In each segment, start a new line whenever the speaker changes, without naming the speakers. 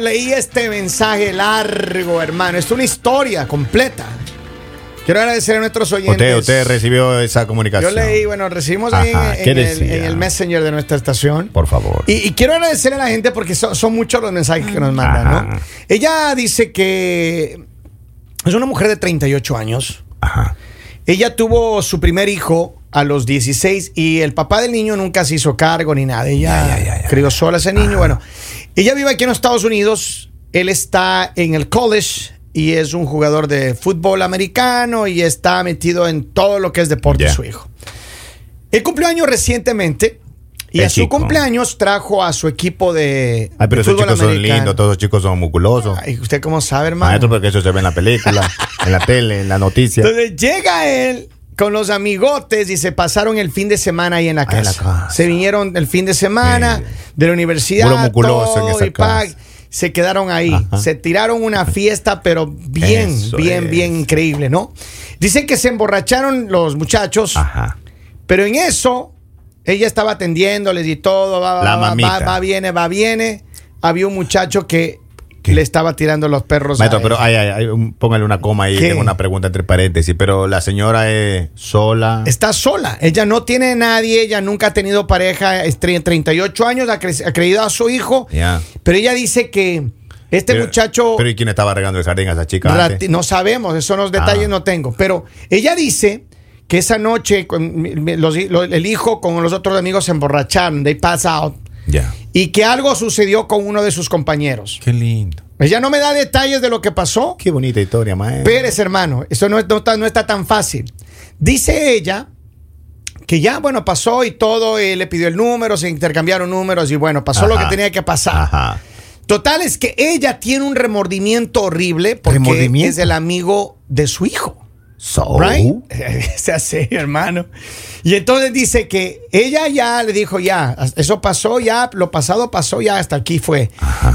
leí este mensaje largo, hermano. Es una historia completa. Quiero agradecer a nuestros oyentes.
Usted, usted recibió esa comunicación.
Yo leí, bueno, recibimos ahí
Ajá,
en,
¿qué
en el,
decía?
en el Messenger de nuestra estación.
Por favor.
Y, y quiero agradecer a la gente porque son, son muchos los mensajes que nos mandan, ¿no?
Ajá.
Ella dice que es una mujer de 38 años.
Ajá.
Ella tuvo su primer hijo a los 16 y el papá del niño nunca se hizo cargo ni nada. Ella
Ya, ya, ya, ya.
crió sola a ese niño. Bueno, ella vive aquí en los Estados Unidos. Él está en el college y es un jugador de fútbol americano y está metido en todo lo que es deporte
Ya.
su hijo. Él cumplió años recientemente y
El
a su
chico.
cumpleaños trajo a su equipo de,
Ay,
de
pero esos
fútbol
chicos son
americano.
lindos, todos esos chicos son musculosos.
Ay, ¿Usted cómo sabe, hermano?
Maestro, porque eso se ve en la película, en la tele, en la noticia.
Entonces llega él con los amigotes y se pasaron el fin de semana ahí en la
Ahí en
casa.
la casa.
Se vinieron el fin de semana
Sí.
de la universidad.
Puro musculoso
todo,
en esa
y pa,
casa.
Se quedaron ahí.
Ajá.
Se tiraron una fiesta, pero bien,
Eso
bien,
es.
bien increíble, ¿no? Dicen que se emborracharon los muchachos,
Ajá.
pero en eso ella estaba atendiéndoles y todo. Va, va,
La
va, va,
mamita.
va, viene, va, viene. Había un muchacho que
¿Qué?
le estaba tirando los perros. a
Maestro,
él.
pero ay, ay, ay, un- póngale una coma ahí,
¿Qué?
tengo una pregunta entre paréntesis, pero la señora es sola.
Está sola, ella no tiene nadie, ella nunca ha tenido pareja, es tre- 38 años, ha, cre- ha creído a su hijo,
Ya.
pero ella dice que este
Pero-
muchacho,
Pero ¿y quién estaba regando el jardín a esa chica?
rati-
antes?
no sabemos, esos los detalles
Ah.
no tengo, pero ella dice que esa noche con mi- mi- los hi- lo- el hijo con los otros amigos se emborracharon, they pass out,
Ya.
y que algo sucedió con uno de sus compañeros.
Qué lindo.
Ella no me da detalles de lo que pasó,
Qué bonita historia, maestro.
Pérez, hermano, eso no, es- no está, no está tan fácil. Dice ella que ya, bueno, pasó y todo, eh, le pidió el número, se intercambiaron números y bueno, pasó lo que
Ajá.
tenía que pasar.
Ajá.
Total es que ella tiene un remordimiento horrible porque
¿Remordimiento?
es el amigo de su hijo.
So.
Right? Se hace, hermano. Y entonces dice que ella ya le dijo, ya, eso pasó, ya, lo pasado pasó, ya, hasta aquí fue.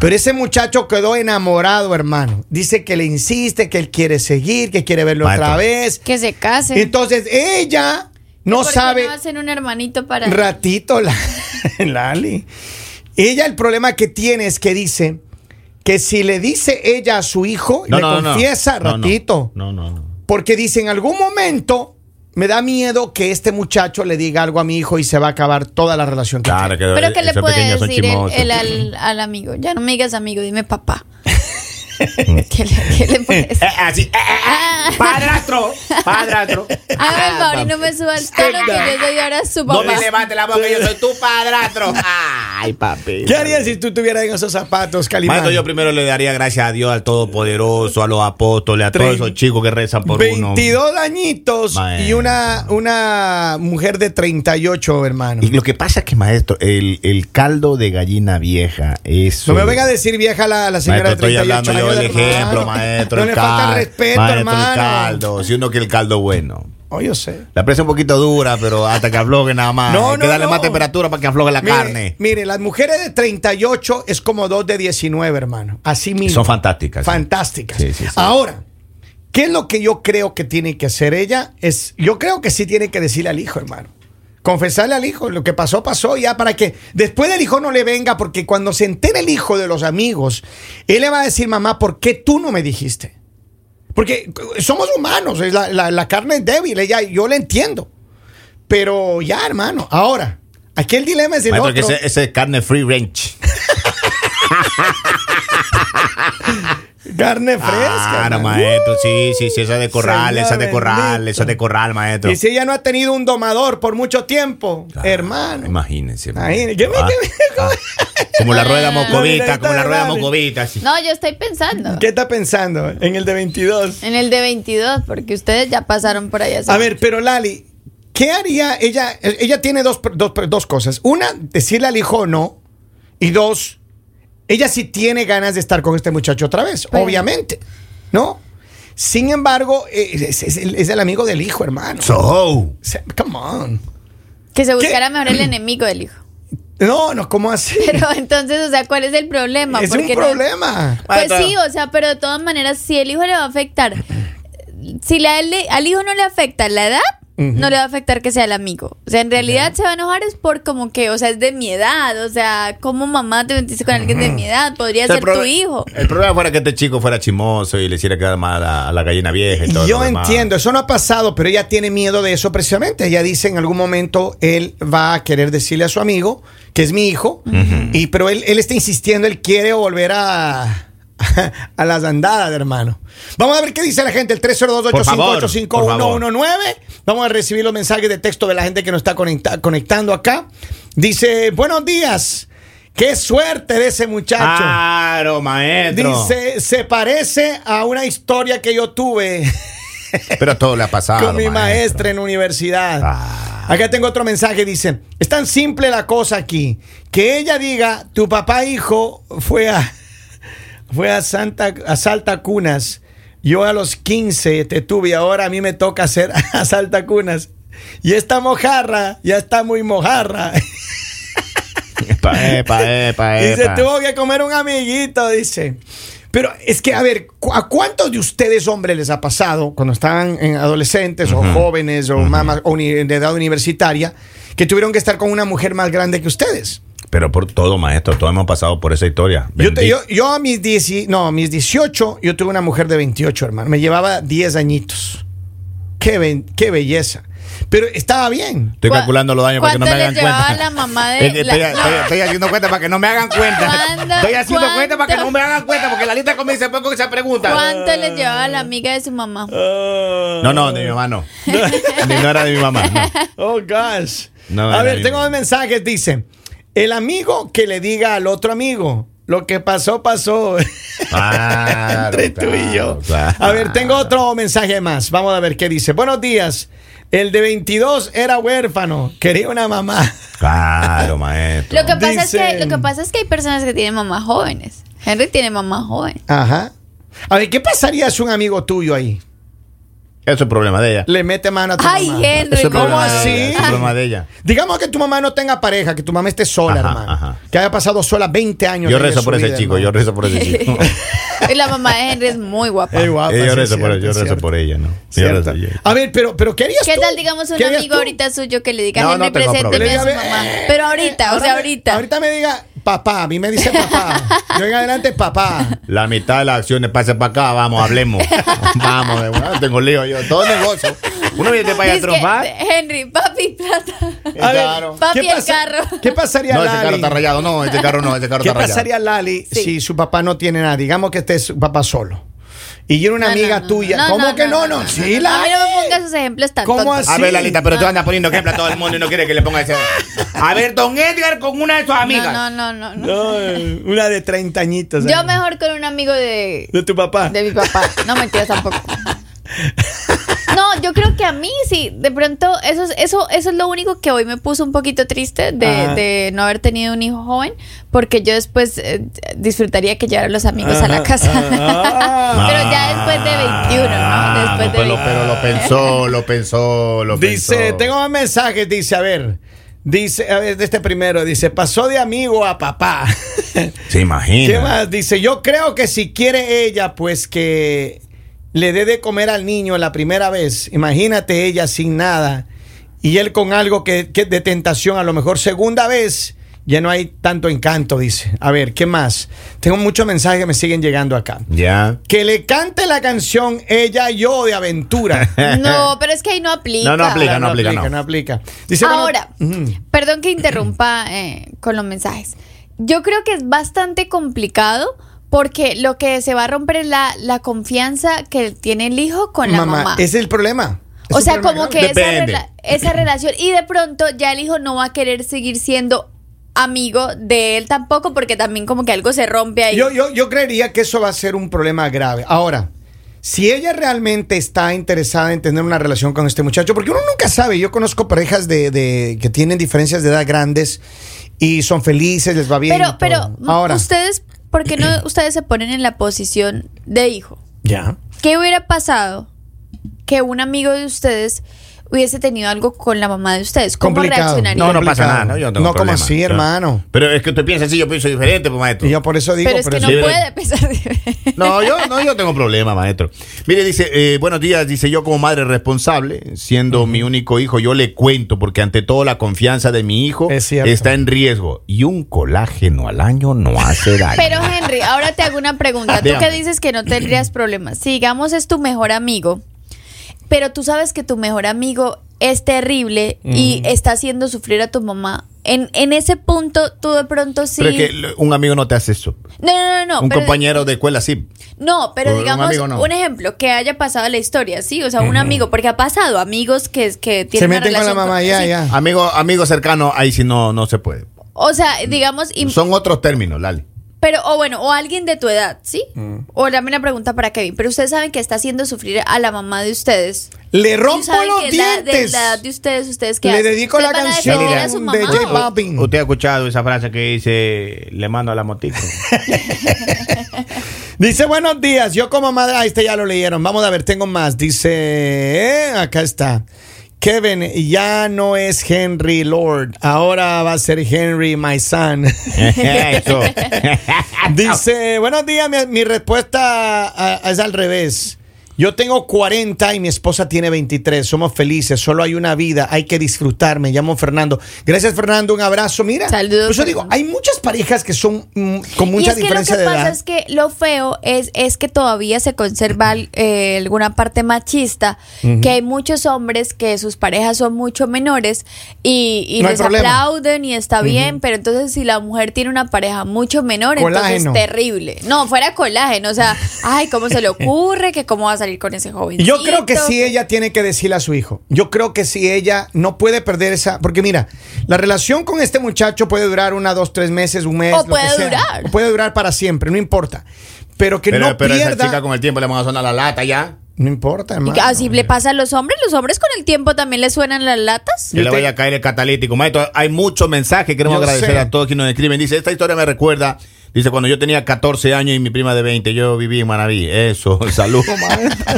Pero ese muchacho quedó enamorado, hermano. Dice que le insiste, que él quiere seguir, que quiere verlo
Maestro.
otra vez.
Que se casen.
Entonces ella no
¿Por qué
sabe.
No hacen un hermanito para.
Ratito, la, Lali. Ella el problema que tiene es que dice que si le dice ella a su hijo, y
No,
le
no, no.
confiesa,
No, no.
ratito.
No, no, no.
Porque dice, en algún momento me da miedo que este muchacho le diga algo a mi hijo y se va a acabar toda la relación que
Claro, que
Pero que le
esos
puede
pequeños son
decir el,
chismosos.
el al, al amigo. Ya no me digas amigo, dime papá. ¿Qué le, qué le puede decir?
así. eh, padrastro. Padrastro.
Hágame Ah. el favor y Ah, no me suba el tono que yo soy ahora su papá.
levantes la boca, yo soy tu padrastro. Ay, papi.
tiene. ¿Qué harías si tú estuvieras en esos zapatos, Calimán?
Maestro, yo primero le daría gracias a Dios, al Todopoderoso, a los apóstoles, a todos esos chicos que rezan por uno.
22 añitos y
Maestro.
una, una mujer de 38, hermano.
Y lo que pasa es que, maestro, el, el caldo de gallina vieja, eso.
No me venga a decir vieja la, la señora
Maestro, estoy
de 38
hablando yo del
años, hermano.
ejemplo, maestro.
No
el
le falta
cal-
respeto,
maestro, el
hermano.
caldo. Si uno quiere el caldo bueno.
Oh, yo sé.
La presa un poquito dura, pero hasta que afloje nada más.
No,
Hay que
no,
darle
no.
más temperatura para que afloje la
Mire,
carne.
Mire, las mujeres de 38 es como dos de 19, hermano. Así mismo.
Son fantásticas. sí.
fantásticas.
Sí, sí, sí.
Ahora, ¿qué es lo que yo creo que tiene que hacer ella? Es, yo creo que sí tiene que decirle al hijo, hermano. Confesarle al hijo, lo que pasó, pasó, ya para que después del hijo no le venga, porque cuando se entere el hijo de los amigos, él le va a decir, mamá, ¿por qué tú no me dijiste? Porque eh, somos humanos, es la, la- la carne es débil, ella, yo le entiendo. Pero ya, hermano, ahora, aquí el dilema es el
Maestro, que
otro.
ese, ese es carne free range.
Carne fresca.
Claro,
hermano.
maestro. Sí, sí, sí. Esa de corral,
Señor
esa de corral,
bendito.
esa de corral, maestro.
Y si ella no ha tenido un domador por mucho tiempo,
Ah,
hermano.
Imagínense.
Imagínense, ¿qué me-
Ah,
qué
ah. Como la rueda
directa
mocovita, como la
de
rueda
Dani.
mocovita. así.
No, yo estoy pensando.
¿Qué está pensando en el de 22?
En el de 22, porque ustedes ya pasaron por allá.
A ver, pero Lali, ¿qué haría ella? Ella tiene dos, dos, dos cosas. Una, decirle al hijo no. Y dos, ella sí tiene ganas de estar con este muchacho otra vez,
Pero-
obviamente. ¿No? Sin embargo, eh, es, es- es el, es el amigo del hijo, hermano.
So.
O sea, Come on.
Que se buscara mejor el enemigo del hijo.
No, no, ¿cómo así?
Pero entonces, o sea, ¿cuál es el problema?
es
¿Por
un
qué no-
problema.
Pues
Maestra.
sí, o sea, pero de todas maneras, si el hijo le va a afectar, si la- le- al hijo no le afecta la edad, no le va a afectar que sea el amigo. O sea, en realidad se va a enojar es por como que, o sea, es de mi edad. O sea, como mamá te metiste con alguien de mi edad, podría ser tu hijo.
El problema fuera que este chico fuera chimoso y le hiciera quedar mal a, a la gallina vieja y todo.
Yo
lo demás.
entiendo, eso no ha pasado, pero ella tiene miedo de eso precisamente. Ella dice en algún momento él va a querer decirle a su amigo que es mi hijo, y pero él, él está insistiendo, él quiere volver a a las andadas, hermano. Vamos a ver qué dice la gente, el
Por favor, por favor.
302-858-5119. Vamos a recibir los mensajes de texto de la gente que nos está conecta- conectando acá. Dice, buenos días, qué suerte de ese muchacho.
Claro, maestro.
Dice, se parece a una historia que yo tuve
Pero todo le ha pasado.
con mi maestra en universidad.
Ah.
Acá tengo otro mensaje, dice, es tan simple la cosa aquí, que ella diga, tu papá hijo fue a, fue a, Santa, a Salta Cunas, yo a los 15 te tuve, y ahora a mí me toca hacer a Salta Cunas. Y esta mojarra ya está muy mojarra.
Epa, epa, epa,
Y se
epa.
tuvo que comer un amiguito, dice. Pero es que, a ver, ¿cu- ¿a cuántos de ustedes, hombres, les ha pasado cuando estaban en adolescentes o jóvenes o mamás o uni- de edad universitaria que tuvieron que estar con una mujer más grande que ustedes?
Pero por todo, maestro. Todos hemos pasado por esa historia.
Yo, te-
Bendito.
yo, yo a mis, 10 no, a mis 18, yo tuve una mujer de 28, hermano. Me llevaba 10 añitos. Qué, ben- qué belleza. Pero estaba bien.
Estoy
¿Cuá-
calculando los daños para que no me
cuánto le
hagan cuenta.
llevaba la mamá de
Es que estoy,
la-
estoy- estoy haciendo cuenta para que no me hagan cuenta.
¿Cuándo-
Estoy haciendo
cuánto?
cuenta para que no me hagan cuenta, porque la lista comienza poco esa pregunta.
¿Cuánto le llevaba la amiga de su mamá?
No, no, de mi mamá no. Ni no era de mi mamá. no.
Oh, gosh.
No,
a
era
ver,
bien.
tengo dos mensajes. Dice, el amigo que le diga al otro amigo, lo que pasó, pasó.
Claro,
Entre tú y yo.
claro, claro.
A ver, tengo otro mensaje más. Vamos a ver qué dice. Buenos días. El de 22 era huérfano. Quería una mamá.
Claro, maestro.
Lo que, pasa es que,
Dicen-
lo que pasa es que hay personas que tienen mamás jóvenes. Henry tiene mamá joven.
Ajá. A ver, ¿qué pasaría si un amigo tuyo ahí
Eso es problema de ella.
le mete mano a tu
Ay,
mamá?
Henry,
Eso es
¿Cómo
problema de ella,
así?
eso es problema de ella.
Digamos que tu mamá no tenga pareja, que tu mamá esté sola,
Ajá,
hermano.
ajá.
Que haya pasado sola 20 años.
Yo
de
rezo
su
por ese
vida,
chico, yo
hermano.
rezo por ese chico.
Y la mamá de Henry es muy guapa.
Ey, guapa,
Eh,
sí,
yo rezo, por,
cierto,
yo rezo
cierto.
por ella, ¿no? Yo
Cierto.
rezo- yo-
A ver, pero, pero ¿qué harías
¿Qué
tú?
tal, digamos, un
¿Qué harías
amigo
tú?
ahorita suyo que le diga
No,
Henry,
no tengo
presénteme a su
problema.
mamá? Pero ahorita, o sea,
me-
ahorita.
Ahorita me diga papá, a mí me dice papá. Yo en adelante papá.
La mitad de las acciones pasa para acá, vamos, hablemos. vamos, de- bueno, tengo lío yo. Todo negocio. Uno viene para allá a
Dice que,
triunfar.
Henry, papi, plata.
A ver,
Claro.
Papi, el
pasa-
carro.
¿Qué pasaría
No, ese carro
Lali?
está rayado. No, ese carro no, ese carro
¿Qué
está
pasaría
rayado.
Lali
Sí.
si su papá no tiene nada? Digamos que esté su papá solo. Y yo era una
No, no,
amiga
no,
tuya.
no,
¿Cómo
no,
que
no,
no?
no,
No,
no,
sí,
no, no. A
Lali.
mí no me pongas esos ejemplos tan
¿Cómo
tontos.
así?
A ver, Lalita, pero tú andas poniendo ejemplo a todo el mundo y no quieres que le ponga ese. A ver, don Edgar con una de sus amigas.
No, no, no, no.
No, eh, una de 30 añitos.
Yo
eh,
mejor con un amigo de,
De tu papá.
de mi papá. No mentiras tampoco. No, yo creo que a mí sí. De pronto, eso es, eso, eso es lo único que hoy me puso un poquito triste de,
Ajá.
de no haber tenido un hijo joven, porque yo después eh, disfrutaría que llevara a los amigos a la casa.
Ah.
Pero ya después de 21, ¿no?
Ah,
Después de
pero, pero lo pensó, lo pensó, lo
Dice,
pensó.
tengo más mensajes, dice, a ver. Dice, a ver, de este primero, dice, pasó de amigo a papá.
Se imagina.
¿Qué más? Dice, yo creo que si quiere ella, pues que le dé de comer al niño la primera vez. Imagínate ella sin nada y él con algo que, que de tentación, a lo mejor segunda vez, ya no hay tanto encanto, dice. A ver, ¿qué más? Tengo muchos mensajes que me siguen llegando acá.
Ya.
Que le cante la canción Ella, yo de aventura.
No, pero es que ahí no aplica.
No, no aplica, no aplica, no.
no aplica. Dice, bueno,
Ahora,
ujú.
perdón que interrumpa eh, con los mensajes. Yo creo que es bastante complicado porque lo que se va a romper es la, la confianza que tiene el hijo con la mamá.
Ese es el problema. Es
o
un
sea,
problema
como
grave.
que esa,
Depende.
rela- esa relación y de pronto ya el hijo no va a querer seguir siendo amigo de él tampoco porque también como que algo se rompe ahí.
Yo, yo, yo creería que eso va a ser un problema grave. Ahora, si ella realmente está interesada en tener una relación con este muchacho, porque uno nunca sabe, yo conozco parejas de, de- que tienen diferencias de edad grandes y son felices, les va bien. y
pero,
todo.
pero
ahora,
ustedes, ¿por qué no ustedes se ponen en la posición de hijo?
ya.
¿Qué hubiera pasado que un amigo de ustedes hubiese tenido algo con la mamá de ustedes? ¿Cómo
Complicado.
reaccionaría?
No, no pasa
Complicado.
nada, ¿no? Yo tengo
No, como
problema.
así,
Yo-
hermano.
Pero es que usted piensa así, yo pienso diferente, pues, maestro.
Y yo por eso digo,
pero es que
pero
no
sí.
sí,
puede,
¿verdad?
a pesar de...
No, yo no yo tengo problema, maestro. Mire, dice, eh, buenos días, dice yo como madre responsable, siendo mi único hijo, yo le cuento porque ante todo la confianza de mi hijo
Es cierto.
está en riesgo y un colágeno al año no hace daño.
Pero Henry, ahora te hago una pregunta. Tú que
Dígame.
dices que no tendrías problemas. Si digamos es tu mejor amigo, pero tú sabes que tu mejor amigo es terrible y
Mm.
está haciendo sufrir a tu mamá. En, en ese punto, tú de pronto sí.
Pero es que l- un amigo no te hace eso.
no, no, no, no.
un
pero-
compañero de escuela sí.
No, pero
Un
digamos,
amigo
un,
no.
ejemplo, que haya pasado la historia, sí, o sea, un amigo, porque ha pasado amigos que, que tienen
Se
una
meten con la
relación
mamá, ya,
sí.
ya.
Amigo, amigo cercano, ahí sí no, no se puede.
O sea, digamos, y-
Son otros términos, Lali.
Pero, o bueno, o alguien de tu edad, ¿sí?
Mm.
O también una pregunta para Kevin. Pero ustedes saben que está haciendo sufrir a la mamá de ustedes.
Le
¿Y
rompo
saben
los
que la- de
dientes.
la edad de ustedes, ¿ustedes qué
Le
hacen?
dedico
¿Ustedes
la
van a
canción
defender a su
de
mamá
J
o-
Balvin. Papín.
¿Usted ha escuchado esa frase que dice, le mando a la motico?
Dice, buenos días, yo como madre... Ah, este ya lo leyeron. Vamos a ver, tengo más. Dice, eh, acá está. Kevin, ya no es Henry Lord, ahora va a ser Henry, my son.
Eh, Eso.
Dice, buenos días, mi, mi respuesta a- a- es al revés. Yo tengo 40 y mi esposa tiene 23. Somos felices, solo hay una vida, hay que disfrutar. Me llamo Fernando. Gracias, Fernando, un abrazo. Mira,
Saludos,
por eso digo,
Fernando.
hay muchas parejas que son mm, con
Y
mucha
es que lo que
diferencia de
pasa
edad.
es que lo feo es, es que todavía se conserva eh, alguna parte machista, que hay muchos hombres que sus parejas son mucho menores y, y
No hay
les
problema.
aplauden y está bien, pero entonces si la mujer tiene una pareja mucho menor,
Colágeno.
entonces es terrible. No, fuera colágeno, o sea, ay, ¿cómo se le ocurre? que ¿Cómo va a salir con ese joven?
Yo creo que sí ella tiene que decirle a su hijo. Yo creo que si ella no puede perder esa. Porque mira, la relación con este muchacho puede durar una, dos, tres meses, un mes.
O
lo que
puede
sea.
durar.
O puede durar para siempre, no importa. Pero que
pero
no
pero
pierda.
esa chica con el tiempo le van a sonar la lata ya.
No importa, hermano.
Así le pasa a los hombres, los hombres con el tiempo también les suenan las latas.
Que
Yo
le
te-
vaya a caer el catalítico. Maestro, hay muchos mensajes. Queremos
Yo
agradecer
sé.
a todos quienes nos escriben. Dice, esta historia me recuerda. Dice, cuando yo tenía 14 años y mi prima de 20, yo viví en Manaví. Eso, saludos, maestro.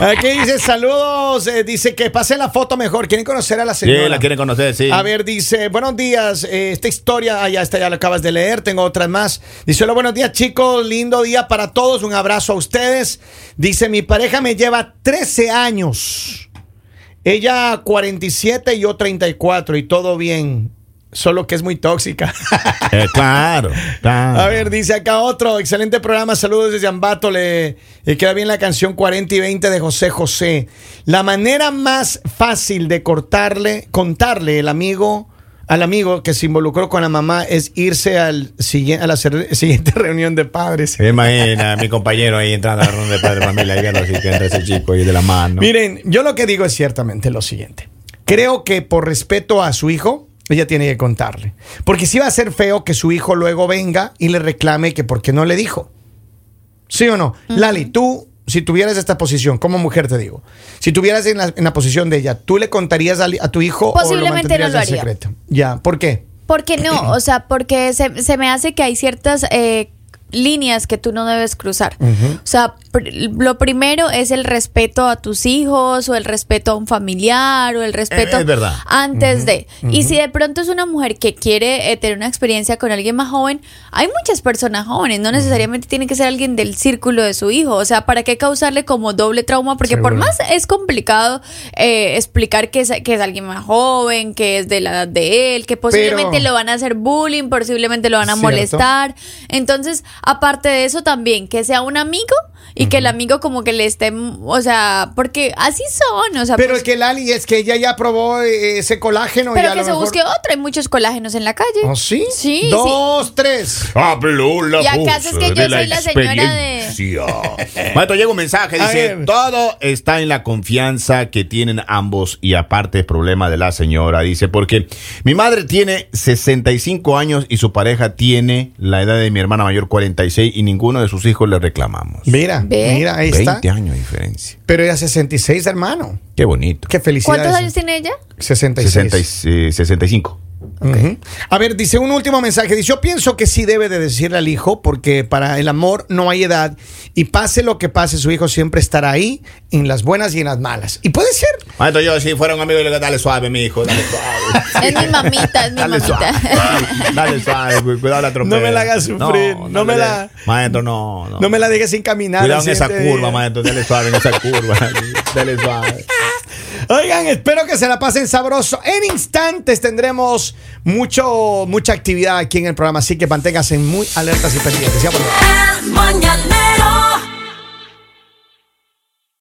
Aquí dice saludos. eh, dice que pase la foto mejor. ¿Quieren conocer a la
Sí,
señora?
la quieren conocer, sí.
A ver, dice, buenos días, eh, esta historia, ah, ya esta ya la acabas de leer, tengo otras más. Dice, hola, buenos días chicos, lindo día para todos, un abrazo a ustedes. Dice, mi pareja me lleva 13 años, ella 47 y yo 34 y todo bien, solo que es muy tóxica.
Eh, claro, claro.
A ver, dice acá otro, excelente programa, saludos desde Ambato, le, le queda bien la canción 40 y 20 de José José. La manera más fácil de cortarle, contarle el amigo al amigo que se involucró con la mamá es irse al, siguien- a la ser- siguiente reunión de padres.
Se imagina a mi compañero ahí entrando a la ronda de padre de familia y viendo así que entra ese chico ahí de la mano.
Miren, yo lo que digo es ciertamente lo siguiente. Creo que por respeto a su hijo, ella tiene que contarle. Porque sí va a ser feo que su hijo luego venga y le reclame que por qué no le dijo. ¿Sí o no? Lali, tú, si tuvieras esta posición, como mujer te digo, si tuvieras en la, en la posición de ella, ¿tú le contarías al- a, tu hijo o lo
Posiblemente no
mantendrías
lo
en
haría.
secreto? Ya, ¿por qué?
¿Por qué no? O sea, porque se, se me hace que hay ciertas eh, líneas que tú no debes cruzar. O sea, pr- lo primero es el respeto a tus hijos o el respeto a un familiar o el respeto
Eh, es verdad.
antes de. Y si de pronto es una mujer que quiere eh, tener una experiencia con alguien más joven, hay muchas personas jóvenes, no necesariamente tiene que ser alguien del círculo de su hijo. O sea, ¿para qué causarle como doble trauma? Porque por
Seguro.
más es complicado eh, explicar que es, que es alguien más joven, que es de la edad de él, que posiblemente
Pero-
lo van a hacer bullying, posiblemente lo van a
Cierto.
molestar. Entonces, aparte de eso también, que sea un amigo y que el amigo como que le esté, o sea, porque así son, o sea,
Pero
pues,
es que Lali es que ella ya probó eh, ese colágeno y
pero
a
que
lo
se
mejor-
busque otro, hay muchos colágenos en la calle.
¿Oh, sí?
Sí, sí.
Dos, tres.
Habló la
¿Y acaso
voz
es que
de
yo soy la señora de-
experiencia. Maestro, llega un mensaje,
A
dice,
ver.
todo está en la confianza que tienen ambos y aparte el problema de la señora, dice, porque mi madre tiene 65 años y su pareja tiene la edad de mi hermana mayor 46 y ninguno de sus hijos le reclamamos.
Mira,
Ve.
mira, ahí
20
está.
años de diferencia.
Pero era 66, hermano.
Qué bonito.
Qué felicidad.
¿Cuántos años tiene ella?
66.
60 y- eh, 65.
Ujú. A ver, dice un último mensaje. Dice, yo pienso que sí debe de decirle al hijo, porque para el amor no hay edad. Y pase lo que pase, su hijo siempre estará ahí, en las buenas y en las malas. Y puede ser.
Maestro, yo si fuera un amigo, yo le digo, dale suave, mi hijo, dale suave.
Es mi mamita, es mi
Dale suave,
mamita.
dale suave, cu- cuidado la atropella.
No me la hagas sufrir, no me
le-
la-
Maestro, no, no.
No me la dejes sin caminar.
Cuidado
el
en esa
siguiente
curva,
día.
maestro, dale suave en esa curva. dale suave.
Oigan, espero que se la pasen sabroso. En instantes tendremos mucho, mucha actividad aquí en el programa, así que manténganse muy alertas y pendientes. Ya volvemos.
El mañanero